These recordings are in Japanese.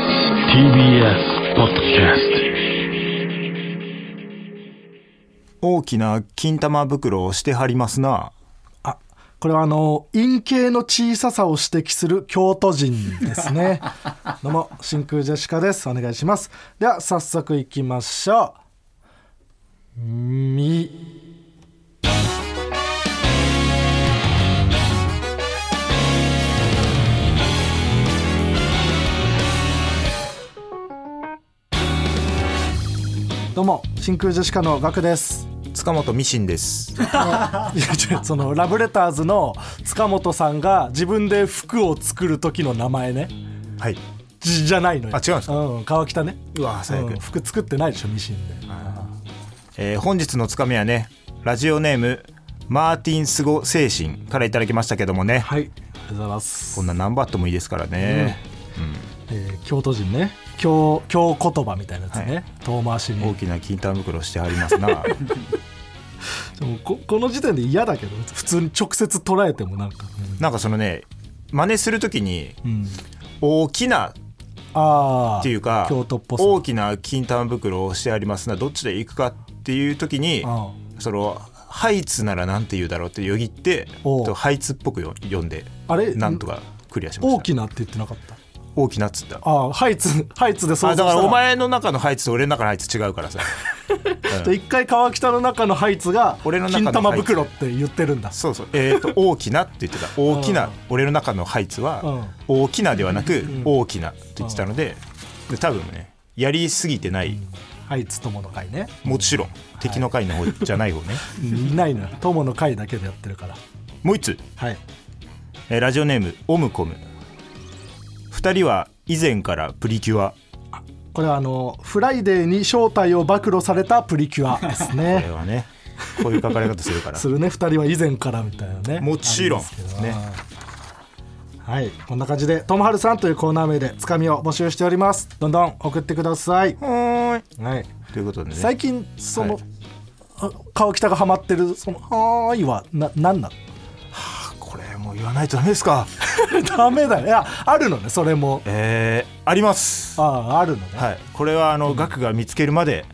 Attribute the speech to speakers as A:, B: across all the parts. A: TBS ポッドキャス
B: 大きな金玉袋をしてはりますな
C: あこれはあの陰茎の小ささを指摘する京都人ですねどうも真空ジェシカですお願いしますでは早速いきましょうみどうも真空ジェシカのガクです
B: 塚本ミシン です
C: いや違うそのラブレターズの塚本さんが自分で服を作る時の名前ね
B: はい
C: じじゃないのよ
B: あ違うんですか
C: うん、川北ね
B: うわ最悪
C: うん服作ってないでしょミシンで
B: えー本日のつかみはねラジオネームマーティンスゴ精神からいただきましたけどもね
C: はいありがとうございます
B: こんな何バットもいいですからね、
C: えー京都人ね京京言葉みたいなやつね、
B: はい
C: 遠回しに
B: 大きな金玉袋をしてはります な
C: でもここの時点で嫌だけど普通に直接捉えてもなんか、
B: なんかそのね真似するときに
C: うんうん
B: 大きな
C: ああ
B: っていうか
C: 京都っぽさ
B: 大きな金玉袋をしてありますなどっちで行くかっていう時に
C: あ
B: そのハイツならなんて言うだろうってよぎって
C: おう
B: とハイツっぽくよ読んで
C: あれ
B: なんとかクリアしました
C: 大きなって言ってなかった
B: 大きなっつった
C: ああハイツハイツで想像
B: あ
C: した
B: だ
C: ら
B: からお前の中のハイツと俺の中のハイツ違うからさ
C: で一回川北の中のハイツが
B: 俺の中のハ
C: 金
B: イツ
C: 玉袋って言ってるんだ
B: そうそうえっ、と大きなって言ってた大き
C: う
B: なん俺の中のハイツは大きなではなく
C: ん
B: 大きなって言ってたのでで多分ねやりすぎてない
C: ハイツ友の会ね
B: もちろん敵の会の方じゃない方ね
C: いないのよ友の会だけでやってるから
B: もう一つ
C: はい
B: えーラジオネームオムコム2人は以前からプリキュア
C: これはあのフライデーに正体を暴露されたプリキュアです
B: こ れ
C: ね
B: は ねこういう書かれ方するから
C: するね2人は以前からみたいなね
B: もちろん
C: ありますけど
B: ね
C: はいこんな感じで「ともはるさん」というコーナー名でつかみを募集しておりますどんどん送ってください、
B: はー
C: はい、
B: いということでね
C: 最近その、
B: はい
C: あ川北がハマってるその「はーい」はな何なの
B: これもう言わないとダメですか
C: ダメだね。いや、あるのね、それも。
B: えー、あります
C: ああ、あるのね。
B: はいこれはあの、ガクが見つけるまで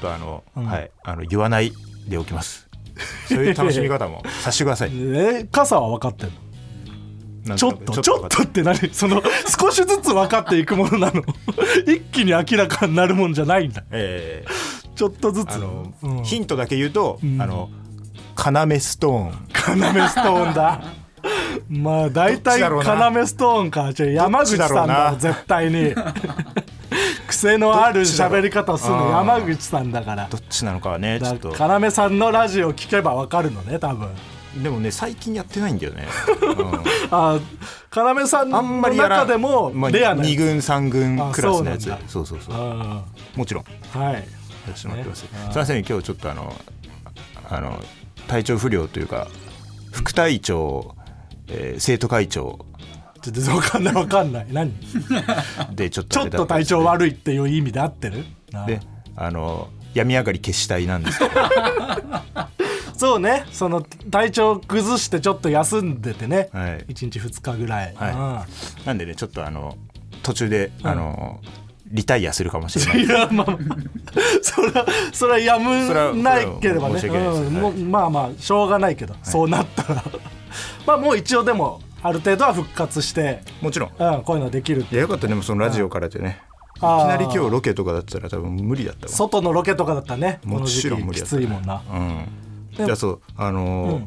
B: ちょっとあの、
C: うん
B: はいあの言わないでおきますそういう楽しみ方 もさせてください
C: えー傘は分かってんの
B: なん
C: ちょ
B: と
C: っ
B: なく
C: とちょっとって何 その少しずつ分かっていくものなの 一気に明らかになるもんじゃないんだ
B: えー
C: ちょっとずつ
B: あの、
C: うん、
B: ヒントだけ言うと、あの要ストーン
C: 要ストーンだまあ大体
B: どっちだろうな
C: 要ストーンかじゃあ山口さ
B: ど
C: んだろ
B: っち
C: 絶対 に癖のあ
B: ど
C: る
B: っちだろう
C: 喋り方をするの
B: あー
C: 山口さんだから
B: どっちなのかはねちょ
C: だ
B: っと
C: から要さんのラジオ聞けば分かるのね多分
B: でもね最近やってないんだよね、 う
C: あ要さん
B: んあ
C: の
B: んまりやら
C: 中でも
B: まあ
C: レアな
B: 2軍3軍
C: あ
B: クラスのやつ
C: そう
B: そうんそうそ
C: なだ
B: う
C: あ
B: もちろんや
C: あはい
B: らせてもらってます、
C: ね
B: すいません今日ちょっとあのああの体調不良というか副隊長、えー生徒会長
C: ちょっと分かんない分かんない何
B: でちょっと
C: ち
B: あ
C: ょ
B: れ
C: っ
B: だ
C: と
B: たんで
C: 体
B: すけど
C: 調悪いっていう意味で合ってるなあ
B: であの病み上がり消したいなんです けど
C: そうねその体調崩してちょっと休んでてね、
B: はい
C: 一1日2日ぐらい、
B: は
C: うん
B: なんでねちょっとあの途中で、あのリタイアするかもしれ ない
C: いやまあそれはそれはや
B: それは
C: むないければね
B: それは申し訳ないです
C: うん
B: はい
C: もうまあまあしょうがないけど、そうなったらまあもう一応でもある程度は復活して、
B: もちろん
C: うん、こういうのはできる
B: いやよかったねもうそのラジオからでねいき
C: あ
B: な
C: ー
B: り今日ロケとかだったら多分無理だったわ
C: 外のロケとかだったらねこの
B: も
C: 時
B: ちろん無理
C: 期き
B: だった
C: ついもんな
B: うん、
C: で
B: じ
C: も
B: ゃあそうあのー
C: うん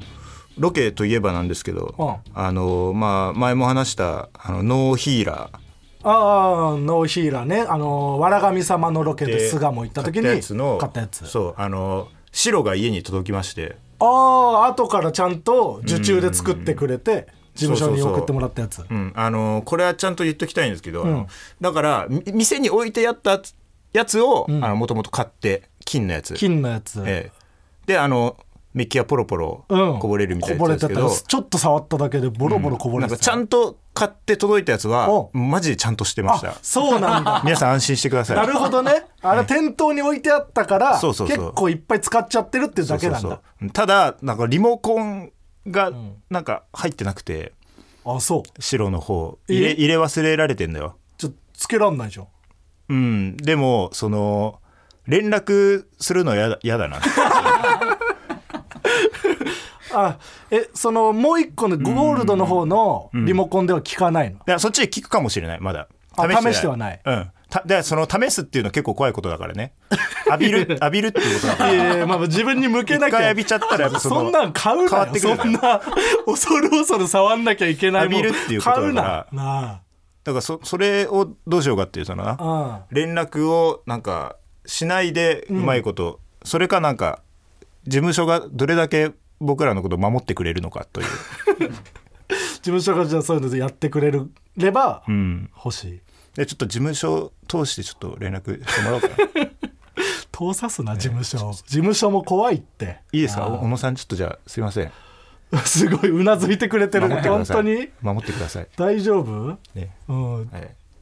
B: ロケといえばなんですけど、あのーまあ、前も話したあのノーヒーラー
C: ああノーヒーラーねあのわら神様のロケで菅も行った時に
B: 買ったやつの
C: 買ったやつ
B: そうあのー白が家に届きまして
C: ああ後からちゃんと受注で作ってくれて事務所に
B: そうそうそう
C: 送ってもらったやつ
B: うん、あのこれはちゃんと言っときたいんですけど、あの
C: うん
B: だからみ店に置いてやったやつをもともと買って金のやつ、
C: 金のやつ、
B: ええ、であのメッキがポロポロ
C: うん
B: こぼれるみたいな
C: こぼ
B: や
C: れ
B: つです
C: て
B: け
C: た
B: ど、
C: よちょっと触っただけでボロボロこぼれ
B: なん
C: て
B: か
C: た
B: ちゃんと買って届いたやつは
C: う
B: マジでちゃんとしてまし
C: あ
B: た
C: そうな んだ
B: 皆さん安心してください
C: なるほどねあれ店頭に置いてあったから
B: そうそうそう
C: 結構いっぱい使っちゃってるっていうだけなんだ
B: そうそうそうただなんかリモコンがなんか入ってなくて、
C: あそう
B: 白の方
C: え
B: 入れ入れ忘れられてんだよ
C: ちょっとつけらんないじゃん
B: うん、でもその連絡するのやだや だな
C: あえそのもう一個のゴールドの方のリモコンでは聞かないの、
B: いやそっちで聞くかもしれないまだ
C: あ
B: ない
C: 試してはない
B: うんたでその試すっていうのは結構怖いことだから ね浴びる浴びるっていうことだから
C: いやいやまあ自分に向けな
B: 一
C: き
B: 回
C: ゃ
B: 浴びちゃったらやっぱ
C: そ
B: の
C: んなん買う
B: 変
C: な
B: わ
C: よ
B: ってくる
C: そんな恐る恐る触んなきゃいけないもん
B: 浴びるっていうことだから
C: 買うなな
B: だからそそれをどうしようかっていうそのな
C: あ
B: 連絡をなんかしないでうまいこと、それかなんか事務所がどれだけ僕らのことを守ってくれるのかという、
C: 事務所がじゃあそういうのやってくれれば
B: うん、
C: 欲しい
B: でちょっと事務所通してちょっと連絡してもらおうか ない
C: 通さすな事務所を事務所も怖いって
B: いですか
C: あ
B: お小野さんちょっとじゃあすいません
C: ーすごいうなずいてくれてる
B: 守ってく
C: 本
B: ださ
C: 当
B: い
C: に
B: 守ってください、
C: 大丈夫、
B: ね
C: うん、
B: はい、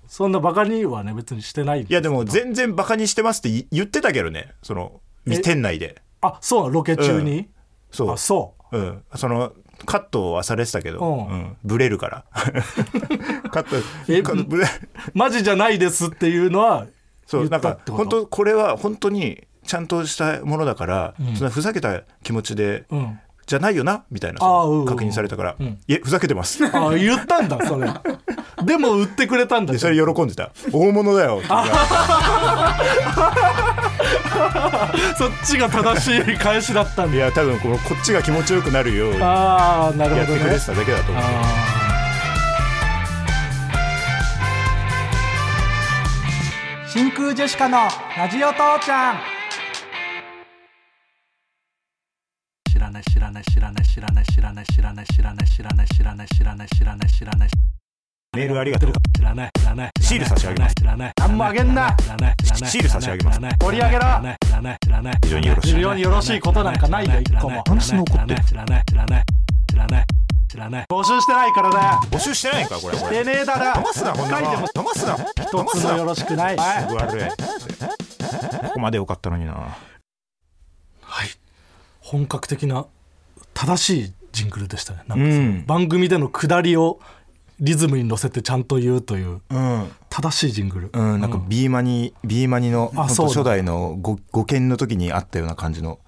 C: そんなバカにはね別にしてない
B: いやでも全然バカにしてますってい言ってたけどねその
C: え
B: 店内で
C: あそうなのロケ中に、
B: そう
C: あそう
B: うん、そのカットはされてたけど、
C: うん
B: うんブレるから カット
C: え
B: カットブレ
C: マジじゃないですっていうのは
B: そ
C: 言
B: う
C: っ
B: な
C: た
B: ん
C: っ
B: か
C: てこと
B: 本当これは本当にちゃんとしたものだから、
C: ん
B: そんなふざけた気持ちで、
C: うん
B: じゃないよなみたいな
C: あー
B: その
C: うん
B: 確認されたから「
C: うん
B: いえふざけてます」
C: ああ言ったんだそれでも売ってくれたんだ
B: でそれ喜んでた「大物だ よ」って言うから
C: そっちが正しい返しだったん
B: い
C: だ
B: や多分このこっちが気持ちよくなるようにや
C: ああなる
B: っ
C: ほど
B: てく
C: ね
B: れてただけだと思う、
C: あー真空ジェシカのラジオ父ちゃん知らない知らない知らない知らない知らない知らない知らない知らない知らない知らない知らない知らない
B: メールありがとう
C: 知らない知らない
B: シール差し上げます
C: 知らない何もあげんな知らない知らない
B: シール差し上げます
C: 盛り上げろ知らない知らない
B: 非常によろしい
C: 非常によろしいことなんかないよ一個も
B: 何その怒ってる
C: 知らない知らない知らない知らない募集してないからだ
B: 募集してないんかこれこ
C: で
B: れ
C: ねえだな
B: 騙すなこんな
C: 書いて
B: の
C: も
B: 騙すな騙
C: 一つ
B: す
C: も
B: な
C: よろしくない はい
B: 悪いここまで良かったのにな
C: 本格的な正しいジングルでしたねなん
B: う
C: か
B: ん、
C: 番組での下りをリズムに乗せてちゃんと言うという
B: うん
C: 正しいジングル
B: うん、なんかビーマニ、ビーマニの
C: あ
B: 本
C: そう
B: 当
C: だ
B: 初代のごご見の時にあったような感じの、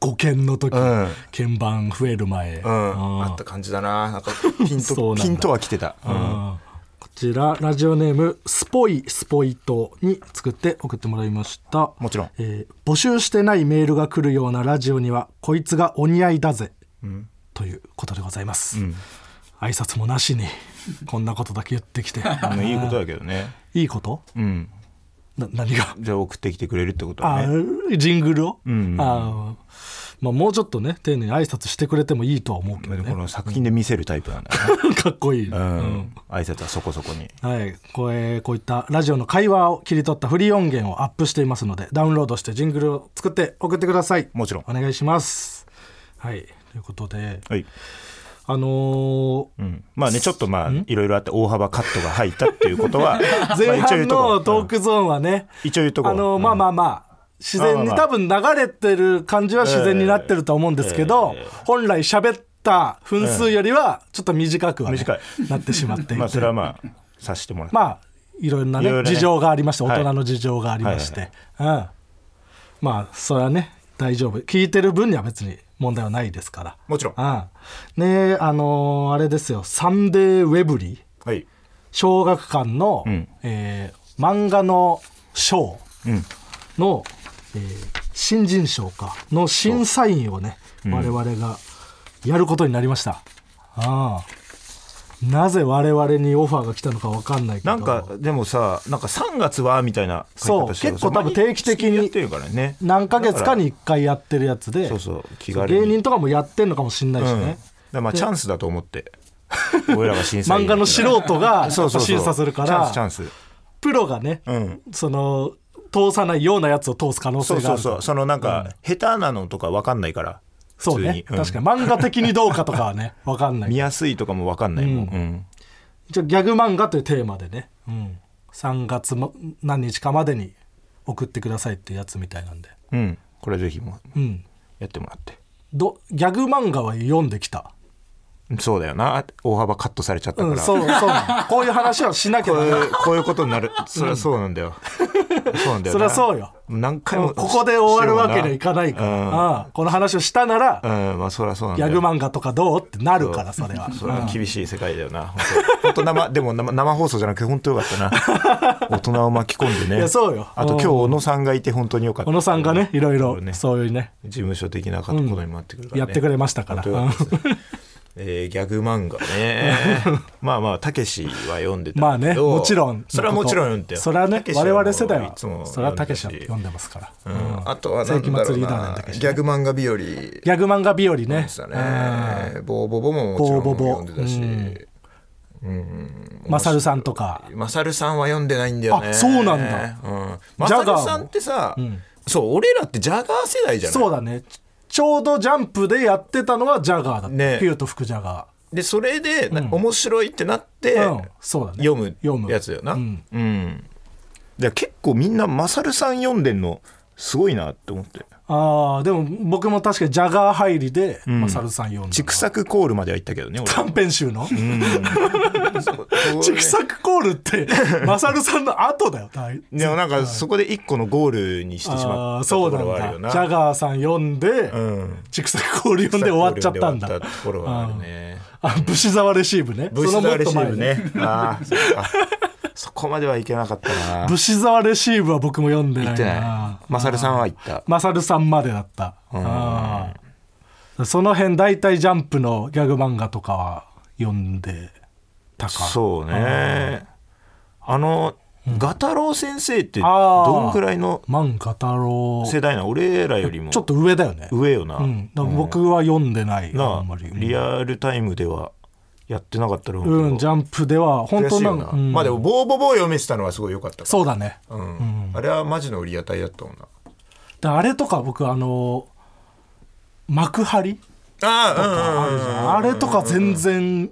C: 5件の時
B: うん、うん、
C: 鍵盤増える前
B: あった感じだな。 なんかピン
C: そう
B: と
C: なんだ
B: ピンとは来てた。うん
C: こちらラジオネームスポイスポイトに作って送ってもらいました
B: もちろん
C: えー募集してないメールが来るようなラジオにはこいつがお似合いだぜ、ということでございます、挨拶もなしにこんなことだけ言ってきて
B: あのいいことだけどね。
C: いいこと
B: うん。
C: な何が
B: じゃあ送ってきてくれるってこと
C: あ
B: はね。
C: ージングルを、
B: ん
C: あーまあ、もうちょっとね丁寧に挨拶してくれてもいいとは思うけど
B: で
C: ね
B: この作品で見せるタイプなんだよね。
C: かっこいい、
B: うん。挨拶はそこそこに。
C: はい、こうえーこういったラジオの会話を切り取ったフリー音源をアップしていますのでダウンロードしてジングルを作って送ってください
B: もちろん
C: お願いしますはいということで
B: はい。
C: あのー
B: うん。まあねちょっとまあいろいろあって大幅カットが入ったっていうこと は
C: 前
B: まあ一応言う
C: 半
B: とこ
C: のトー
B: うん
C: クゾーンはね、
B: 一応言うとこ
C: あのーまあまあまあ自然に
B: まあま
C: 多
B: あ
C: 分流れてる感じは自然になってると思うんですけど、本来喋った分数よりはちょっと短くは、ね
B: 短い
C: なってしまっていて、
B: まあそれはまあさしてもらって。
C: まあいろんなね
B: いろいろね
C: 事情がありまして
B: は
C: 大
B: い
C: 人の事情がありまして、うん、まあそれはね大丈夫聞いてる分には別に問題はないですか
B: もちろん。
C: ら、うん、ねえあのーあれですよ「サンデーウェブリー
B: はい。」
C: 小学館の、
B: ん
C: えー漫画の賞
B: うん。
C: の、えー新人賞かの審査員をね、我々がやることになりました。ああなぜ我々にオファーが来たのか分かんないけど
B: なんかでもさなんか3月はみたいな書き方してる
C: そう結構多分定期的に
B: やってるからね
C: 何ヶ月かに1回やってるやつで
B: そうそう気
C: そう
B: 軽に
C: 芸人とかもやってんのかもしんないし
B: うん、だ
C: ね
B: か、らまあチャンスだと思 って俺らが審査員
C: 漫画の素人が
B: そうそうそう
C: 審査するから
B: チャンスチャンス
C: プロがね、
B: うん
C: その通さないようなやつを通す可能
B: そ
C: 性
B: う
C: があ
B: そう
C: る
B: そうそのなんか、下手なのとか分かんないから
C: そうね、
B: 普通にうん
C: 確かに漫画的にどうかとかは ね分かんない
B: 見やすいとかも分かんないもん、うん
C: 一応ギャグ漫画というテーマでね、うん、3月も何日かまでに送ってくださいっていうやつみたいなんで、
B: うんこれぜひもう
C: うん、
B: やってもらって
C: どギャグ漫画は読んできた
B: そうだよな大幅カットされちゃったから、
C: うん、そうそうなのこういう話はしなきゃ
B: こう
C: ならない
B: いうこういうことになるそりゃそうなんだよ、そうなんだよな
C: そりゃそうよ
B: 何回も
C: ここで終わるわけにはいかないから、
B: うん
C: ああこの話をしたなら、
B: うんまあそりゃそうなん
C: ギ
B: だ
C: ャ
B: よ
C: グ漫画とかどうってなるからそれは
B: それは厳しい世界だよな本当生でも生生放送じゃなくて本当よかったな大人を巻き込んでね
C: いやそうよ
B: あと今日小野さんがいて本当によかった
C: 小野さんがねいろいろそういうね
B: 事務所的なことにもなってくるから、ね
C: やってくれましたから
B: 本当よかったですね えーギャグ漫画ねまあまあたけしは読んでたけど
C: まあねもちろん
B: それはもちろん読んでたよ
C: それはね
B: たけし
C: 我
B: もう
C: 々世代
B: い
C: は
B: つも
C: それはたけしは
B: 読んで
C: 読んでますから、
B: たしうんあとはな
C: 世
B: んだろ
C: 紀祭
B: う
C: りだね
B: な
C: たけしね
B: ギャグ漫画日和で
C: ギャグ漫画日和ね
B: したねボーボボももちろん
C: ボーボボ
B: 読んでたし
C: うんマサルさんとか
B: マサルさんは読んでないんだよね
C: あそう
B: う
C: なんだ、
B: ん、マ
C: ジ
B: サ
C: ャガーも
B: ルさんってさ、そう俺らってジャガー世代じゃない
C: そうだねちちょうどジャンプでやってたのはジャガーだった、
B: ね
C: ピューと福ジャガ
B: でそれで、な面白いってなって、
C: ー、うん、そうだね
B: 読む
C: 読む
B: やつだよな
C: うん
B: うんじゃ結構みんなマサルさん読んでんのすごいなって思って
C: ああでも僕も確かにジャガー入りで、マサルさん読んだ
B: 「くさくコール」までは行ったけどね
C: 短編集の
B: 俺
C: ちくさくコール ってマサルさんの後だよ大
B: でもなんかそこで一個のゴールにしてしまっ
C: あー
B: た
C: そ
B: とこ
C: うな
B: ろはあるよ
C: んだ
B: な
C: ジャガーさん読んで、
B: うん
C: ちくさくコール読んで終わっちゃったんだ
B: 終わところはあるね
C: あ武士沢レシーブね
B: ブシ
C: そのも
B: ザ
C: っ
B: レ
C: と
B: シ
C: 前
B: ーブねああそっかそこまではいけなかったな
C: 武士沢レシーブは僕も読んでな
B: 行
C: いな
B: ってないマサルさんは行った
C: マサルさんまでだったあーその辺大体ジャンプのギャグ漫画とかは読んでたか
B: そうねあのガタロウ先生って
C: あー
B: どんくらいの
C: 漫画太郎
B: 世代な俺らよりも
C: ちょっと上だよね
B: 上よな、
C: うん、だから僕は読んでない、
B: な
C: あんま
B: あ
C: り
B: リアルタイムではやってなかったろうけど、
C: うんジャンプでは本
B: 悔し
C: 当
B: い
C: な
B: よ
C: ん
B: な、
C: うん
B: まあでもボーボボー読めてたのはすごい良かったから
C: そうだね
B: う、んあれはマジの売り当たりだったもんな
C: であれとか僕あの幕張
B: ああうんうんうん
C: あれとか全然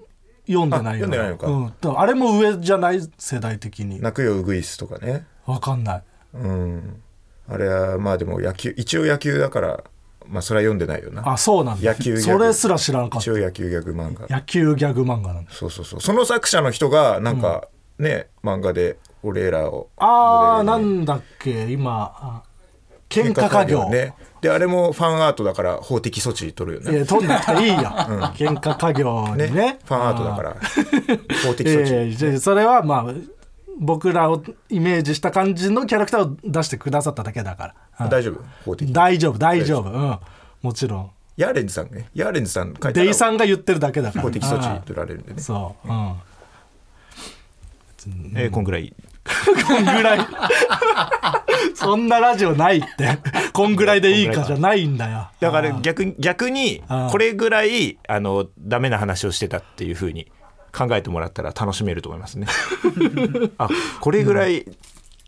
C: 読んでないよ、
B: あ読んでないのか
C: うん、だらあれも上じゃない世代的に
B: 泣くよウグイスとかね
C: わかんない
B: うんあれはまあでも野球一応野球だからまあそれは読んでないよな
C: あそうなんだ
B: 野球ギャ
C: そ
B: グ
C: れすら知らんかっ
B: 一
C: た
B: 応野球ギャグ漫画
C: 野球ギャグ漫画なんだ
B: そうそうそうその作者の人がなんか、ね漫画で俺らを
C: あーな
B: モデルに
C: んだっけ今あ喧嘩家業
B: ねであれもファンアートだから法的措置取るよ
C: い
B: ね
C: や取んなくていいよ、喧嘩家業にね
B: ねファンアートだから法的
C: え
B: 措
C: え
B: 置、
C: じゃあそれはまあ僕らをイメージした感じのキャラクターを出してくださっただけだから、うん
B: 大丈夫法的
C: 大丈夫大丈夫うんもちろん
B: ヤーレンズさんねヤーレンズさん書いた
C: デイ
B: ら
C: さんが言ってるだけだから
B: 法的措置
C: あ
B: 取られるんで
C: あ
B: ね、
C: そううん
B: えーこんぐらい
C: こんぐらい そんなラジオないってこんぐらいでいいかじゃないんだよ
B: だから逆に逆に
C: あー
B: これぐらいあのダメな話をしてたっていうふうに考えてもらったら楽しめると思います ねあこれぐらい、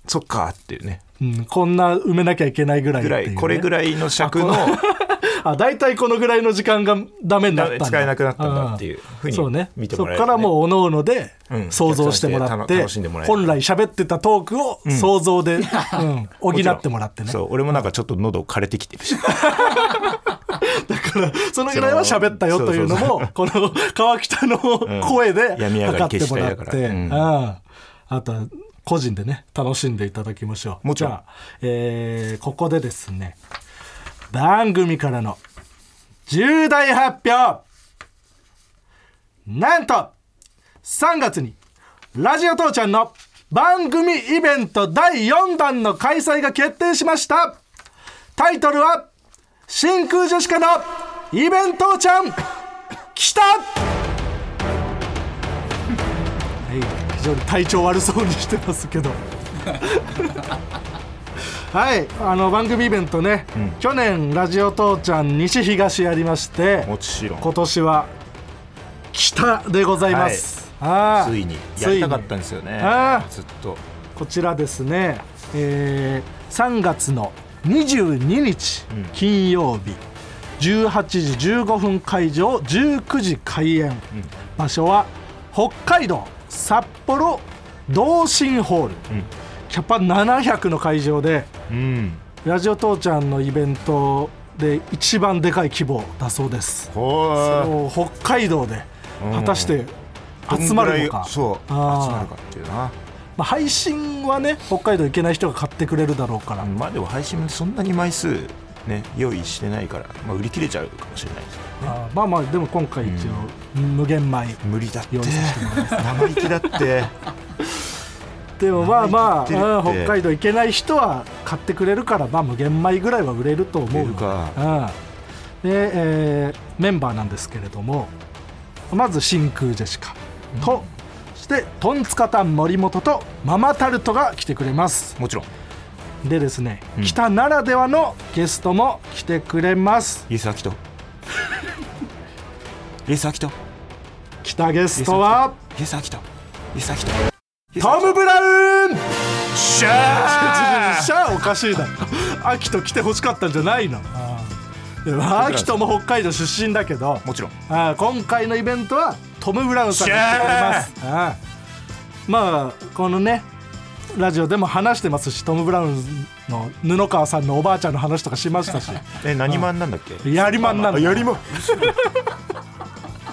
B: そっかっていうね
C: うん、こんな埋めなきゃいけないぐらいっ
B: ぐら
C: て
B: い
C: いう、ね、
B: これぐらいの尺の
C: あ大体このぐらいの時間がダメになったんだ
B: 使えなくなったんだっていうふうに
C: そうね
B: 見てもらえるね
C: そっからもうおのので
B: うん
C: 想像してもらっ,、
B: 逆算してて楽しんでもらえる
C: 本来喋ってたトークを想像で、うん補ってもらってね
B: そう俺もなんかちょっと喉枯れてきてるし
C: そのぐらいは喋ったよというの
B: そう
C: もこの川北の声で
B: 病み上が
C: 測っ
B: り
C: て
B: 決死
C: も
B: 隊
C: らっ
B: だから
C: て、
B: うん
C: ああとは個人でね楽しんでいただきましょう
B: もちろん
C: じゃあ、えーここでですね番組からの重大発表なんと3月にラジオ父ちゃんの番組イベント第4弾の開催が決定しましたタイトルは「真空ジェシカのイベントちゃん来た!」はい非常に体調悪そうにしてま すけどはいあの番組イベントね、去年ラジオ父ちゃん西東やりまして
B: もちろん
C: 今年は北でございます、は
B: ついにやりたかったんですよね
C: あー
B: ずっと
C: こちらですね、えー3月の22日金曜日、18時15分会場19時開演、場所は北海道札幌同心ホール、キャパ700の会場で
B: うん
C: ラジオ父ちゃんのイベントで一番でかい規模だそうです
B: ほー
C: もう北海道で
B: うん
C: 果たして集まるのか、
B: そう集
C: あー
B: まるかっていうな
C: まあ、配信はね北海道行けない人が買ってくれるだろうから、
B: まあでも配信そんなに枚数ね用意してないから、まあ、売り切れちゃうかもしれないですけどね
C: あーまあまあでも今回一応無限米
B: 無理だって
C: 用意させ てもらいます
B: 生意気だって
C: でもまあま
B: 生意気言
C: あ、うん
B: ってるって
C: 北海道行けない人は買ってくれるから、まあ、無限米ぐらいは売れると思う
B: 売れるか
C: うん、で、えーメンバーなんですけれどもまず真空ジェシカと、そしてトンツカタン森本とママタルトが来てくれます
B: もちろん
C: でですね、
B: うん
C: 北ならではのゲストも来てくれます
B: イエス・ アキトイエス・アキト
C: 北ゲストは
B: イエス・アキトイエス・アキト
C: トム・ブラウン
B: シャ
C: シャーおかしいだろ秋と来てほしかったんじゃないのでも秋とも北海道出身だけど
B: もちろん
C: あー今回のイベントはトム・ブラウンさんが来てくれますあーまあこのねラジオでも話してますしトム・ブラウンの布川さんのおばあちゃんの話とかし ましたし
B: え何マンなんだっけ
C: やりまんなんだ
B: あやりま んや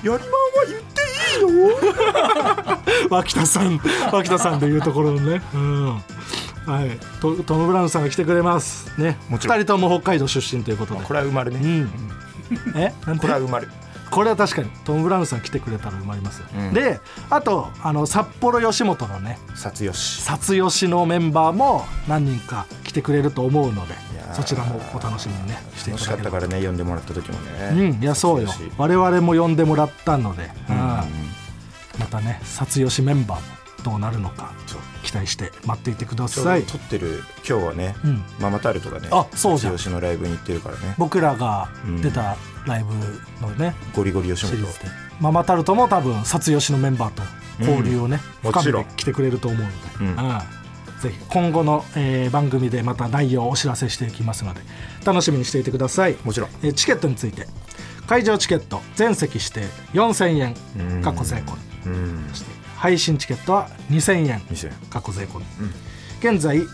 B: りまんは言っていいの
C: 脇田さん脇田さんでいうところのね、うんはい、トトム・ブラウンさんが来てくれますね
B: もちろん
C: 2人とも北海道出身ということで
B: これは埋まる
C: う
B: ね
C: ん、えなんて
B: これは埋まる
C: これは確かにトム・ブラウンさん来てくれたら埋まりますよ、
B: うん
C: であとあの札幌吉本のね
B: 殺よし
C: 札吉のメンバーも何人か来てくれると思うので
B: やー
C: そちらもお楽しみにねしてい
B: 楽し
C: た
B: かった
C: だければ
B: からね呼んでもらった時もね
C: うんいやそうよ
B: 殺よし
C: 我々も呼んでもらったので、うん
B: うん
C: またね札吉メンバーもどうなるのか
B: そう
C: 期待して待っていてくだ
B: ちょう
C: さ
B: ど
C: い
B: 撮ってる今日はね、
C: うん
B: ママタルトがね
C: あそうじゃん
B: 吉のライブに行ってるからね
C: 僕らが出たライブのね、
B: ゴリゴリ吉
C: シ
B: 本
C: リーズでママタルトも多分札吉のメンバーと交流をね、
B: うん
C: 深め
B: も
C: て
B: ちろん
C: きてくれると思うので、
B: うん
C: うんぜひ今後の、えー番組でまた内容をお知らせしていきますので楽しみにしていてください
B: もちろん
C: えーチケットについて会場チケット全席指定4000円
B: うん
C: 過去成功
B: うん
C: そして配信チケットは2000円
B: 2000
C: 過去税込み、現在、えー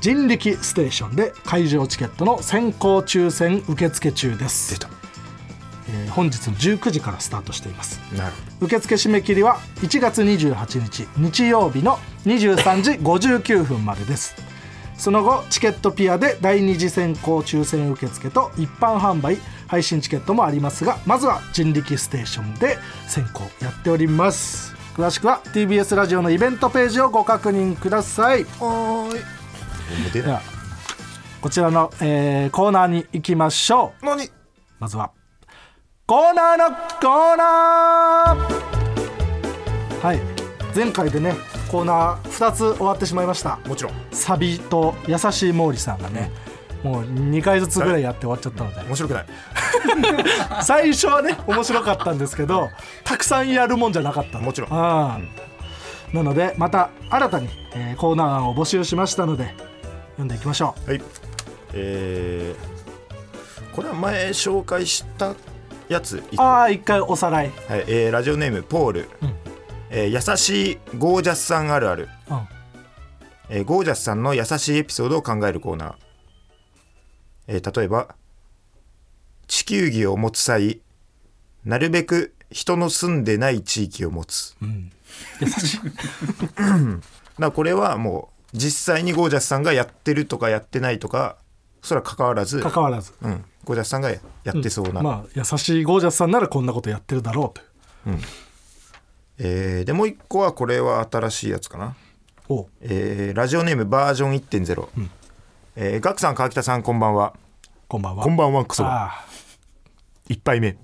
C: 人力ステーションで会場チケットの先行抽選受付中です
B: 出た
C: えー本日の19時からスタートしています
B: なるほ
C: 受付締め切りは1月28日日曜日の23時59分までですその後チケットピアで第二次選考抽選受付と一般販売配信チケットもありますがまずは人力ステーションで選考やっております詳しくは TBS ラジオのイベントページをご確認ください
B: どはいもう出
C: で
B: ない
C: はこちらの、えーコーナーに行きましょう
B: 何
C: まずはコーナーのコーナーはい前回でねコーナー2つ終わってしまいました
B: もちろん
C: サビと優しい毛利さんがねもう2回ずつぐらいやって終わっちゃったので
B: 面白くない
C: 最初はね面白かったんですけどたくさんやるもんじゃなかったの
B: もちろん
C: あーなのでまた新たに、えーコーナー案を募集しましたので読んでいきましょう
B: はいえー、これは前紹介したやつい
C: ああ一回おさらい、
B: はいえーラジオネームポール、
C: うん
B: えー優しいゴージャスさんあるある、
C: うん
B: えーゴージャスさんの優しいエピソードを考えるコーナー、えー例えば地球儀を持つ際なるべく人の住んでない地域を持つ、
C: 優しい
B: だからこれはもう実際にゴージャスさんがやってるとかやってないとかそれは関わらず、
C: 関わらず
B: うん、ゴージャスさんがやってそうな、
C: まあ優しいゴージャスさんならこんなことやってるだろうと
B: えーでもう一個はこれは新しいやつかな
C: おう
B: えーラジオネームバージョン1.0、えーガクさん川北さんこんばんは
C: こんばんは
B: こんばんはクソ
C: あ
B: 1杯目、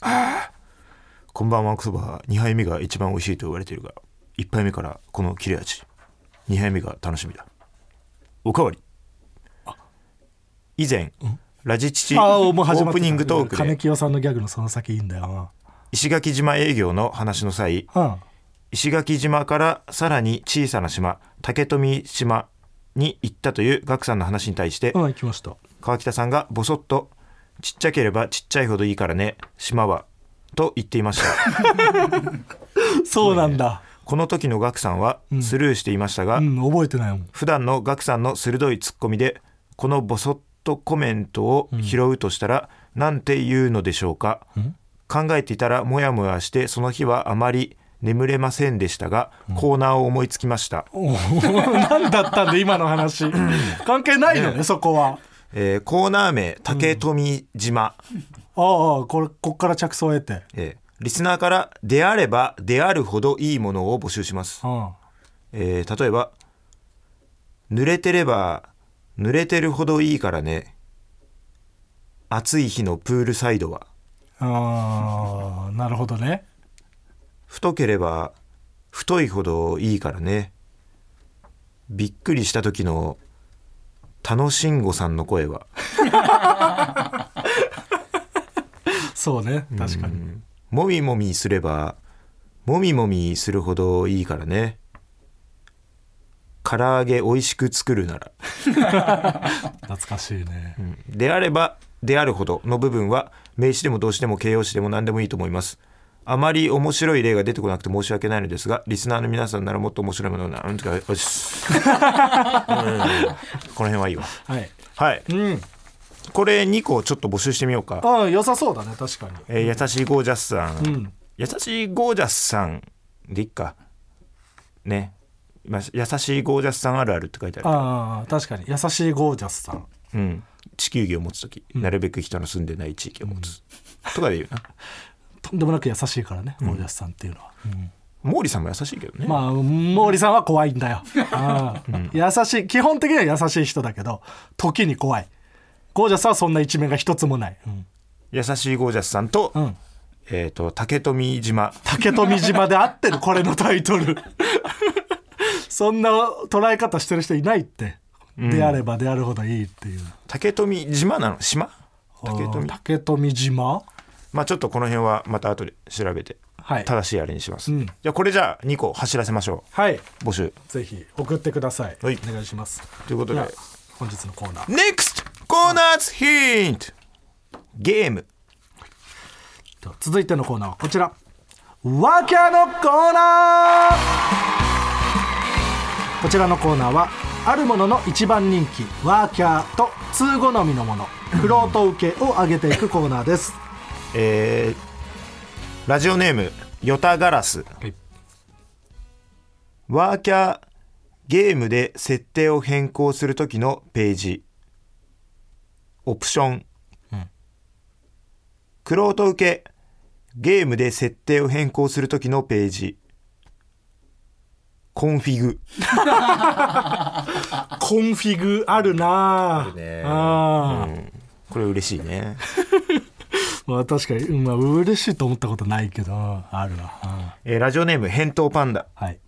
B: あーこんばんはクソバ2杯目が一番美味しいと言われているが1杯目からこの切れ味2杯目が楽しみだおかわり以前ラジチチ
C: ー
B: オ
C: あーもう始ま
B: ー
C: っ
B: プ
C: てた
B: ニングトーク
C: 金
B: で
C: 清さんのギャグのその先いいんだよ
B: 石垣島営業の話の際
C: なうん
B: 石垣島からさらに小さな島竹富島に行ったというガクさんの話に対して、
C: うん行きました
B: 川北さんがボソッと「ちっちゃければちっちゃいほどいいからね島は」と言っていました
C: そうなんだ、
B: この時のガクさんはスルーしていましたが、
C: うん覚えてないもん
B: 普段のガクさんの鋭いツッコミでこのボソッとコメントを拾うとしたら、なんて言うのでしょうか、考えていたらモヤモヤしてその日はあまり眠れませんでしたが、コーナーを思いつきました、
C: おー 何だったんで今の話関係ないよねそこは
B: えーコーナー名竹富島、
C: ああこれこっから着想を得て、
B: えーリスナーからであればであるほどいいものを募集します
C: う、ん、
B: えー例えば「濡れてれば濡れてるほどいいからね暑い日のプールサイドは
C: あーなるほどね
B: 太ければ太いほどいいからねびっくりした時の楽しんごさんの声は
C: そうね確かに、
B: もみもみすればもみもみするほどいいからね唐揚げ美味しく作るなら
C: 懐かしいね、
B: であればであるほどの部分は名詞でも動詞でも形容詞でも何でもいいと思いますあまり面白い例が出てこなくて申し訳ないのですがリスナーの皆さんならもっと面白いものなうんとかよしうんこの辺はいいわ
C: はい
B: はい
C: うん
B: これ2個ちょっと募集してみようか、
C: ああ良さそうだね確かに
B: えー優しいゴージャスさん、
C: うん
B: 優しいゴージャスさんでいっかねまあ優しいゴージャスさんあるあるって書いてある
C: ああ確かに優しいゴージャスさん
B: うん、地球儀を持つ時、なるべく人の住んでない地域を持つ、とかで言うな
C: とんでもなく優しいからね、ゴージャスさんっていうのは、
B: 毛利さんも優しいけどね、
C: まあ毛利さんは怖いん だよ、ああ優しい基本的には優しい人だけど時に怖いゴージャスさんはそんな一面が一つもない、うん
B: 優しいゴージャスさんと,、
C: うん
B: えー、と竹富島
C: 竹富島で合ってるこれのタイトル そんな捉え方してる人いないって、であればであるほどいいっていう
B: 竹富島なの島竹
C: あー
B: 富
C: 竹富島
B: まあちょっとこの辺はまた後で調べて
C: はい
B: 正しいあれにします、
C: うん
B: じゃあこれじゃあ2個走らせましょ
C: はいう
B: 募集
C: ぜひ送ってください、
B: はい
C: お願いします
B: ということ
C: じ
B: で
C: ゃあ本日のコーナー
B: NEXT コーナーズヒントゲーム
C: では続いてのコーナーはこちらワーキャーのコーナーこちらのコーナーはあるものの一番人気ワーキャーと通好みのものフロート受けを上げていくコーナーです
B: えーラジオネームヨタガラス、
C: い
B: ワーキャーゲームで設定を変更するときのページオプション、クロート受けゲームで設定を変更するときのページコンフィグ
C: コンフィグあるなあ
B: ね
C: あー、
B: これ嬉しいね
C: まあ確かに、うんまあ、嬉しいと思ったことないけどあるわ、うん
B: えーラジオネーム返答パンダ
C: はい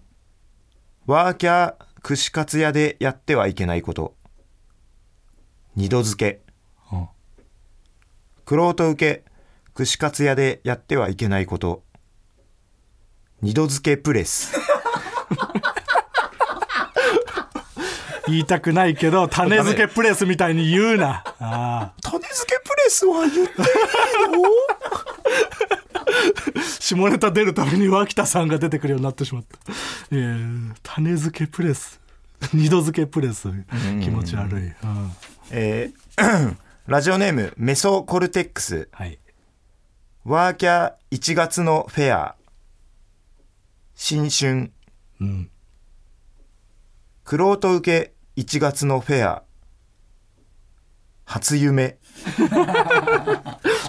B: ワーキャー串カツ屋でやってはいけないこと二度漬け
C: うん
B: くろうと受け串カツ屋でやってはいけないこと二度漬けプレス
C: 言いたくないけど種付けプレスみたいに言うなあー
B: 種漬けプレスは言って
C: 下ネタ出るために脇田さんが出てくるようになってしまった、えー、種付けプレス 二度付けプレス気持ち悪い、うん
B: えー ラジオネームメソコルテックス
C: はい
B: ワーキャー1月のフェア新春
C: うん
B: くろうと受け1月のフェア初夢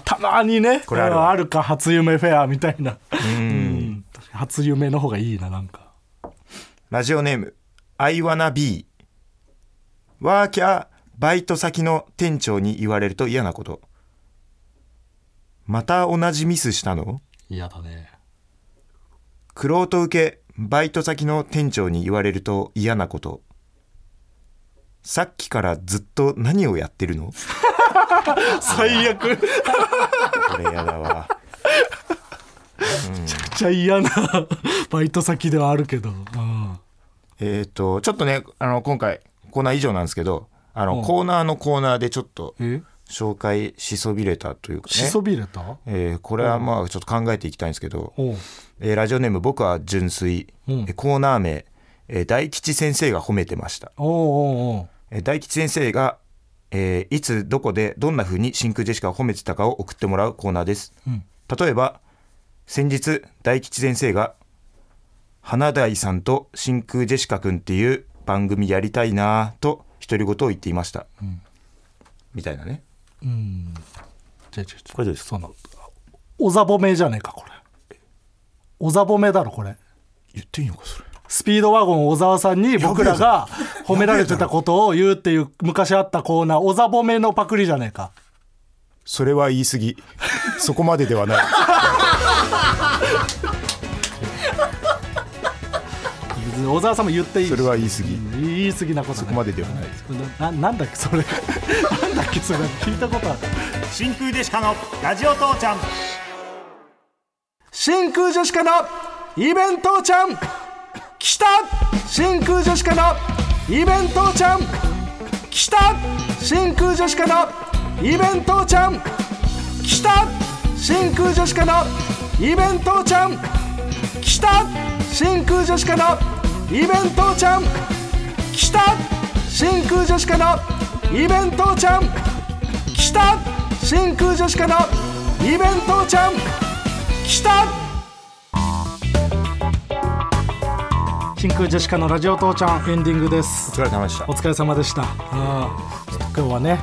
C: たまにね
B: これある
C: う
B: わ
C: んあるか初夢フェアみたいな、
B: うん
C: うん、初夢の方がいいななんか
B: ラジオネーム、アイワナビー。ワーキャー、バイト先の店長に言われると嫌なこと。また同じミスしたの
C: 嫌だね
B: クロート受け、バイト先の店長に言われると嫌なこと。さっきからずっと何をやってるの
C: 最悪めち
B: これ嫌だわ。
C: ゃくちゃ嫌なバイト先ではあるけど、うん、
B: えっと、ちょっとね、あの、今回、コーナー以上なんですけど、あの、コーナーのコーナーでちょっと
C: え
B: 紹介しそびれたというかね。
C: しそびれた
B: えーこれはまあちょっと考えていきたいんですけど、
C: おう
B: えーラジオネーム「僕は純粋」
C: うん
B: えーコーナー名、えー大吉先生が褒めてました、
C: おうおうおう
B: えー大吉先生が、えーいつどこでどんな風に真空ジェシカを褒めてたかを送ってもらうコーナーです、
C: ん
B: 例えば先日大吉先生が花大さんと真空ジェシカ君っていう番組やりたいなぁと独り言を言っていました、みたいなね
C: うんじゃあじゃあじゃあ
B: これどうですか
C: そのおざぼめじゃねえかこれおざぼめだろこれ
B: 言っていいのかそれ
C: スピードワゴン小沢さんに僕らが褒められてたことを言うっていう昔あったコーナーおざぼめのパクリじゃねえか
B: それは言い過 ぎそこまでではない
C: 別に小沢さんも言っていいし
B: それは言い過ぎ
C: 言い過ぎなことそ
B: そこまでではないです
C: ななんだっけそれ なんだっけそれ聞いたことある
A: 真空ジェシカのラジオ父ちゃん
C: 真空ジェシカのイベントちゃん来た真空ジェシカのイベントちゃん来た真空ジェシカのイベントちゃん来た真空ジェシカのイベントちゃん来た真空ジェシカのイベントちゃん来た真空ジェシカのイベントちゃん来た真空ジェシカのイベントちゃん来た真空ジェシカのラジオ父ちゃんエンディングです
B: お疲れ様でした
C: お疲れ様でしたあーちょっと今日はね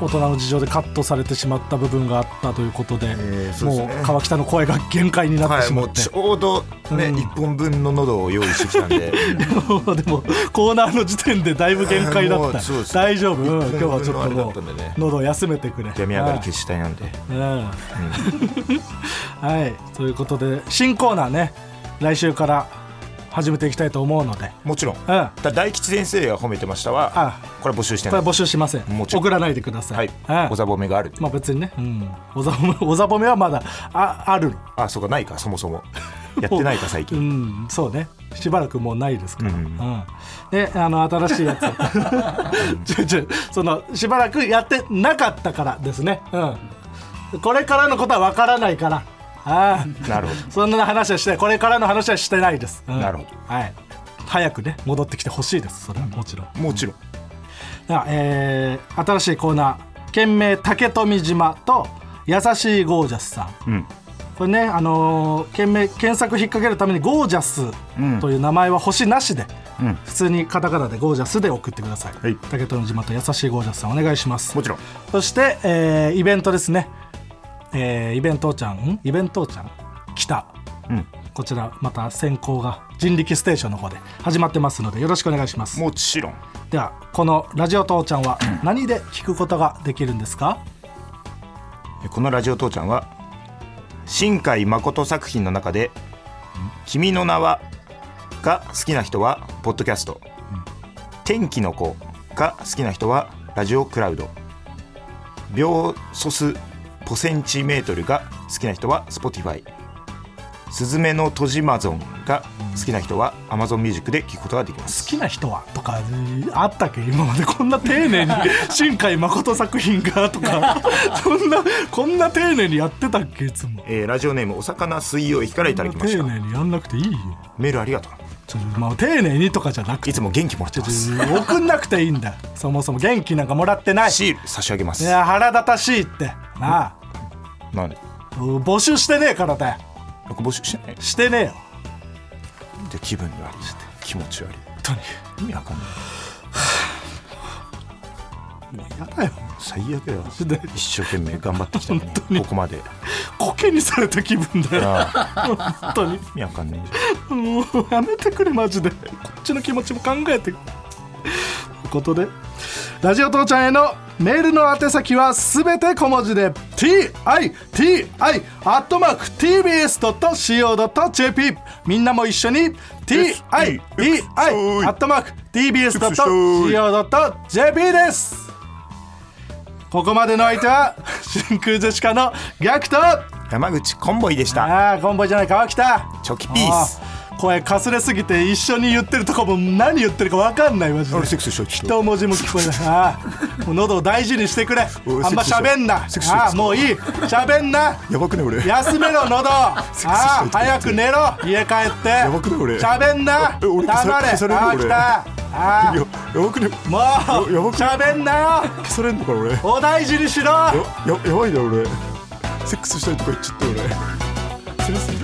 C: 大人の事情でカットされてしまった部分があったということで,、
B: えーそうです
C: も
B: ね
C: う川北の声が限界になって
B: はい
C: し
B: も
C: ま
B: う
C: って、
B: ちょうどね、
C: うん
B: 一本分の喉を用意してきたんで
C: もう でもコーナーの時点でだいぶ限界だ
B: も
C: っ
B: う
C: た
B: そうです
C: 大丈夫、うん
B: 一
C: 今日は
B: 本
C: ち
B: 分の
C: ょ
B: あ
C: っと
B: れだ
C: も
B: ったんでね
C: う喉を休めてくれ
B: 病み上がり消したいなんで
C: うん はいということで新コーナーね来週から始めていきたいと思うので、
B: もちろん
C: うん、あ
B: だ大吉先生が褒めてましたは
C: こ
B: これ募集して
C: れ
B: ない
C: は募集しません
B: もちろん
C: 送らないでくださ、
B: はいい
C: うん
B: おざぼめがある
C: まあ別にね、うん、おざぼめおざぼめはまだあある
B: あそうかないかそもそもやってないか最
C: う
B: 近
C: んそうねしばらくもうないですから、
B: う
C: うんんであの新しいや つちょちょそのしばらくやってなかったからですね、うん、これからのことはわからないからああ
B: なるほど
C: そんな話はしてないこれからの話はしてないです、うん
B: なるほど
C: はい、早くね戻ってきてほしいですそれはもちろん
B: もちろん
C: では、えー新しいコーナー「県名竹富島」と「優しいゴージャスさん」
B: うん
C: これね、あのー件名検索引っ掛けるために「ゴージャス」という名前は星なしで、
B: うん
C: 普通にカタカナで「ゴージャス」で送ってください、
B: はい
C: 竹富島と優しいゴージャスさんお願いします
B: もちろん
C: そして、えーイベントですね、えーイベントーちゃんんイベントーちゃん来た
B: うん
C: こちらまた選考が人力ステーションの方で始まってますのでよろしくお願いします
B: もちろん
C: ではこの「ラジオ父ちゃん」は何で聞くことができるんですか
B: このラジオ父ちゃんは新海誠作品の中で「君の名は」が好きな人はポッドキャスト「天気の子」が好きな人はラジオクラウド「秒速ポセンチメートル」が好きな人は Spotify「すずめのとじまぞん」が好きな人は Amazon ミュージックで聞くことができます
C: 好きな人はとかえーあったっけ今までこんな丁寧に新海誠作品が とかそんなこんな丁寧にやってたっけいつも
B: えーラジオネームお魚水曜日からいただきまし
C: 丁
B: た
C: 寧にやんなくていいよ
B: メールありがとう
C: ちょまあ、丁寧にとかじゃなくて
B: いつも元気もらってます
C: ちょ送んなくていいんだそもそも元気なんかもらってないい
B: シール差し上げます
C: や腹立たしいってなあ
B: なんで
C: う募集してねえからだよ
B: 僕募集してない
C: してねえよ
B: で気分が悪いして気持ち悪い
C: 本当に
B: 意味わかんない
C: やだよ
B: 最悪だよ
C: で
B: 一生懸命頑張ってきたの
C: 本当
B: に
C: に
B: ここまで
C: コケにされた気分だよ
B: ああ
C: 本当に
B: 意味わかんない
C: もうやめてくれマジでこっちの気持ちも考えてということでラジオ父ちゃんへのメールの宛先はすべて小文字で TITI.tbs.co.jp みんなも一緒に TITI.tbs.co.jp ですここまでの相手は真空ジェシカのガクト
B: 山口コンボイでした
C: ああコンボイじゃない川北
B: チョキピース
C: あー声かすれすぎて一緒に言ってるとこも何言ってるか分かんないマジで
B: 俺セックスしようちょっと
C: 一文字も聞こえないあーもう喉を大事にしてくれあ
B: 俺
C: んま喋んなあ
B: セックスしよう
C: ーもういい喋んな
B: やばくね俺
C: 休めろ喉あ
B: セックスしよう
C: ー早く寝ろ家帰ってや
B: ばくね俺
C: 喋んな
B: え俺消さ
C: 黙れ
B: 消される
C: あー
B: 俺
C: 来たあー
B: やばくね
C: も
B: やや
C: う
B: ばくね
C: 喋んなよ
B: 消されんのか俺や
C: お大事にしろ
B: やばいな俺セックスしたいとか言っちゃった俺センス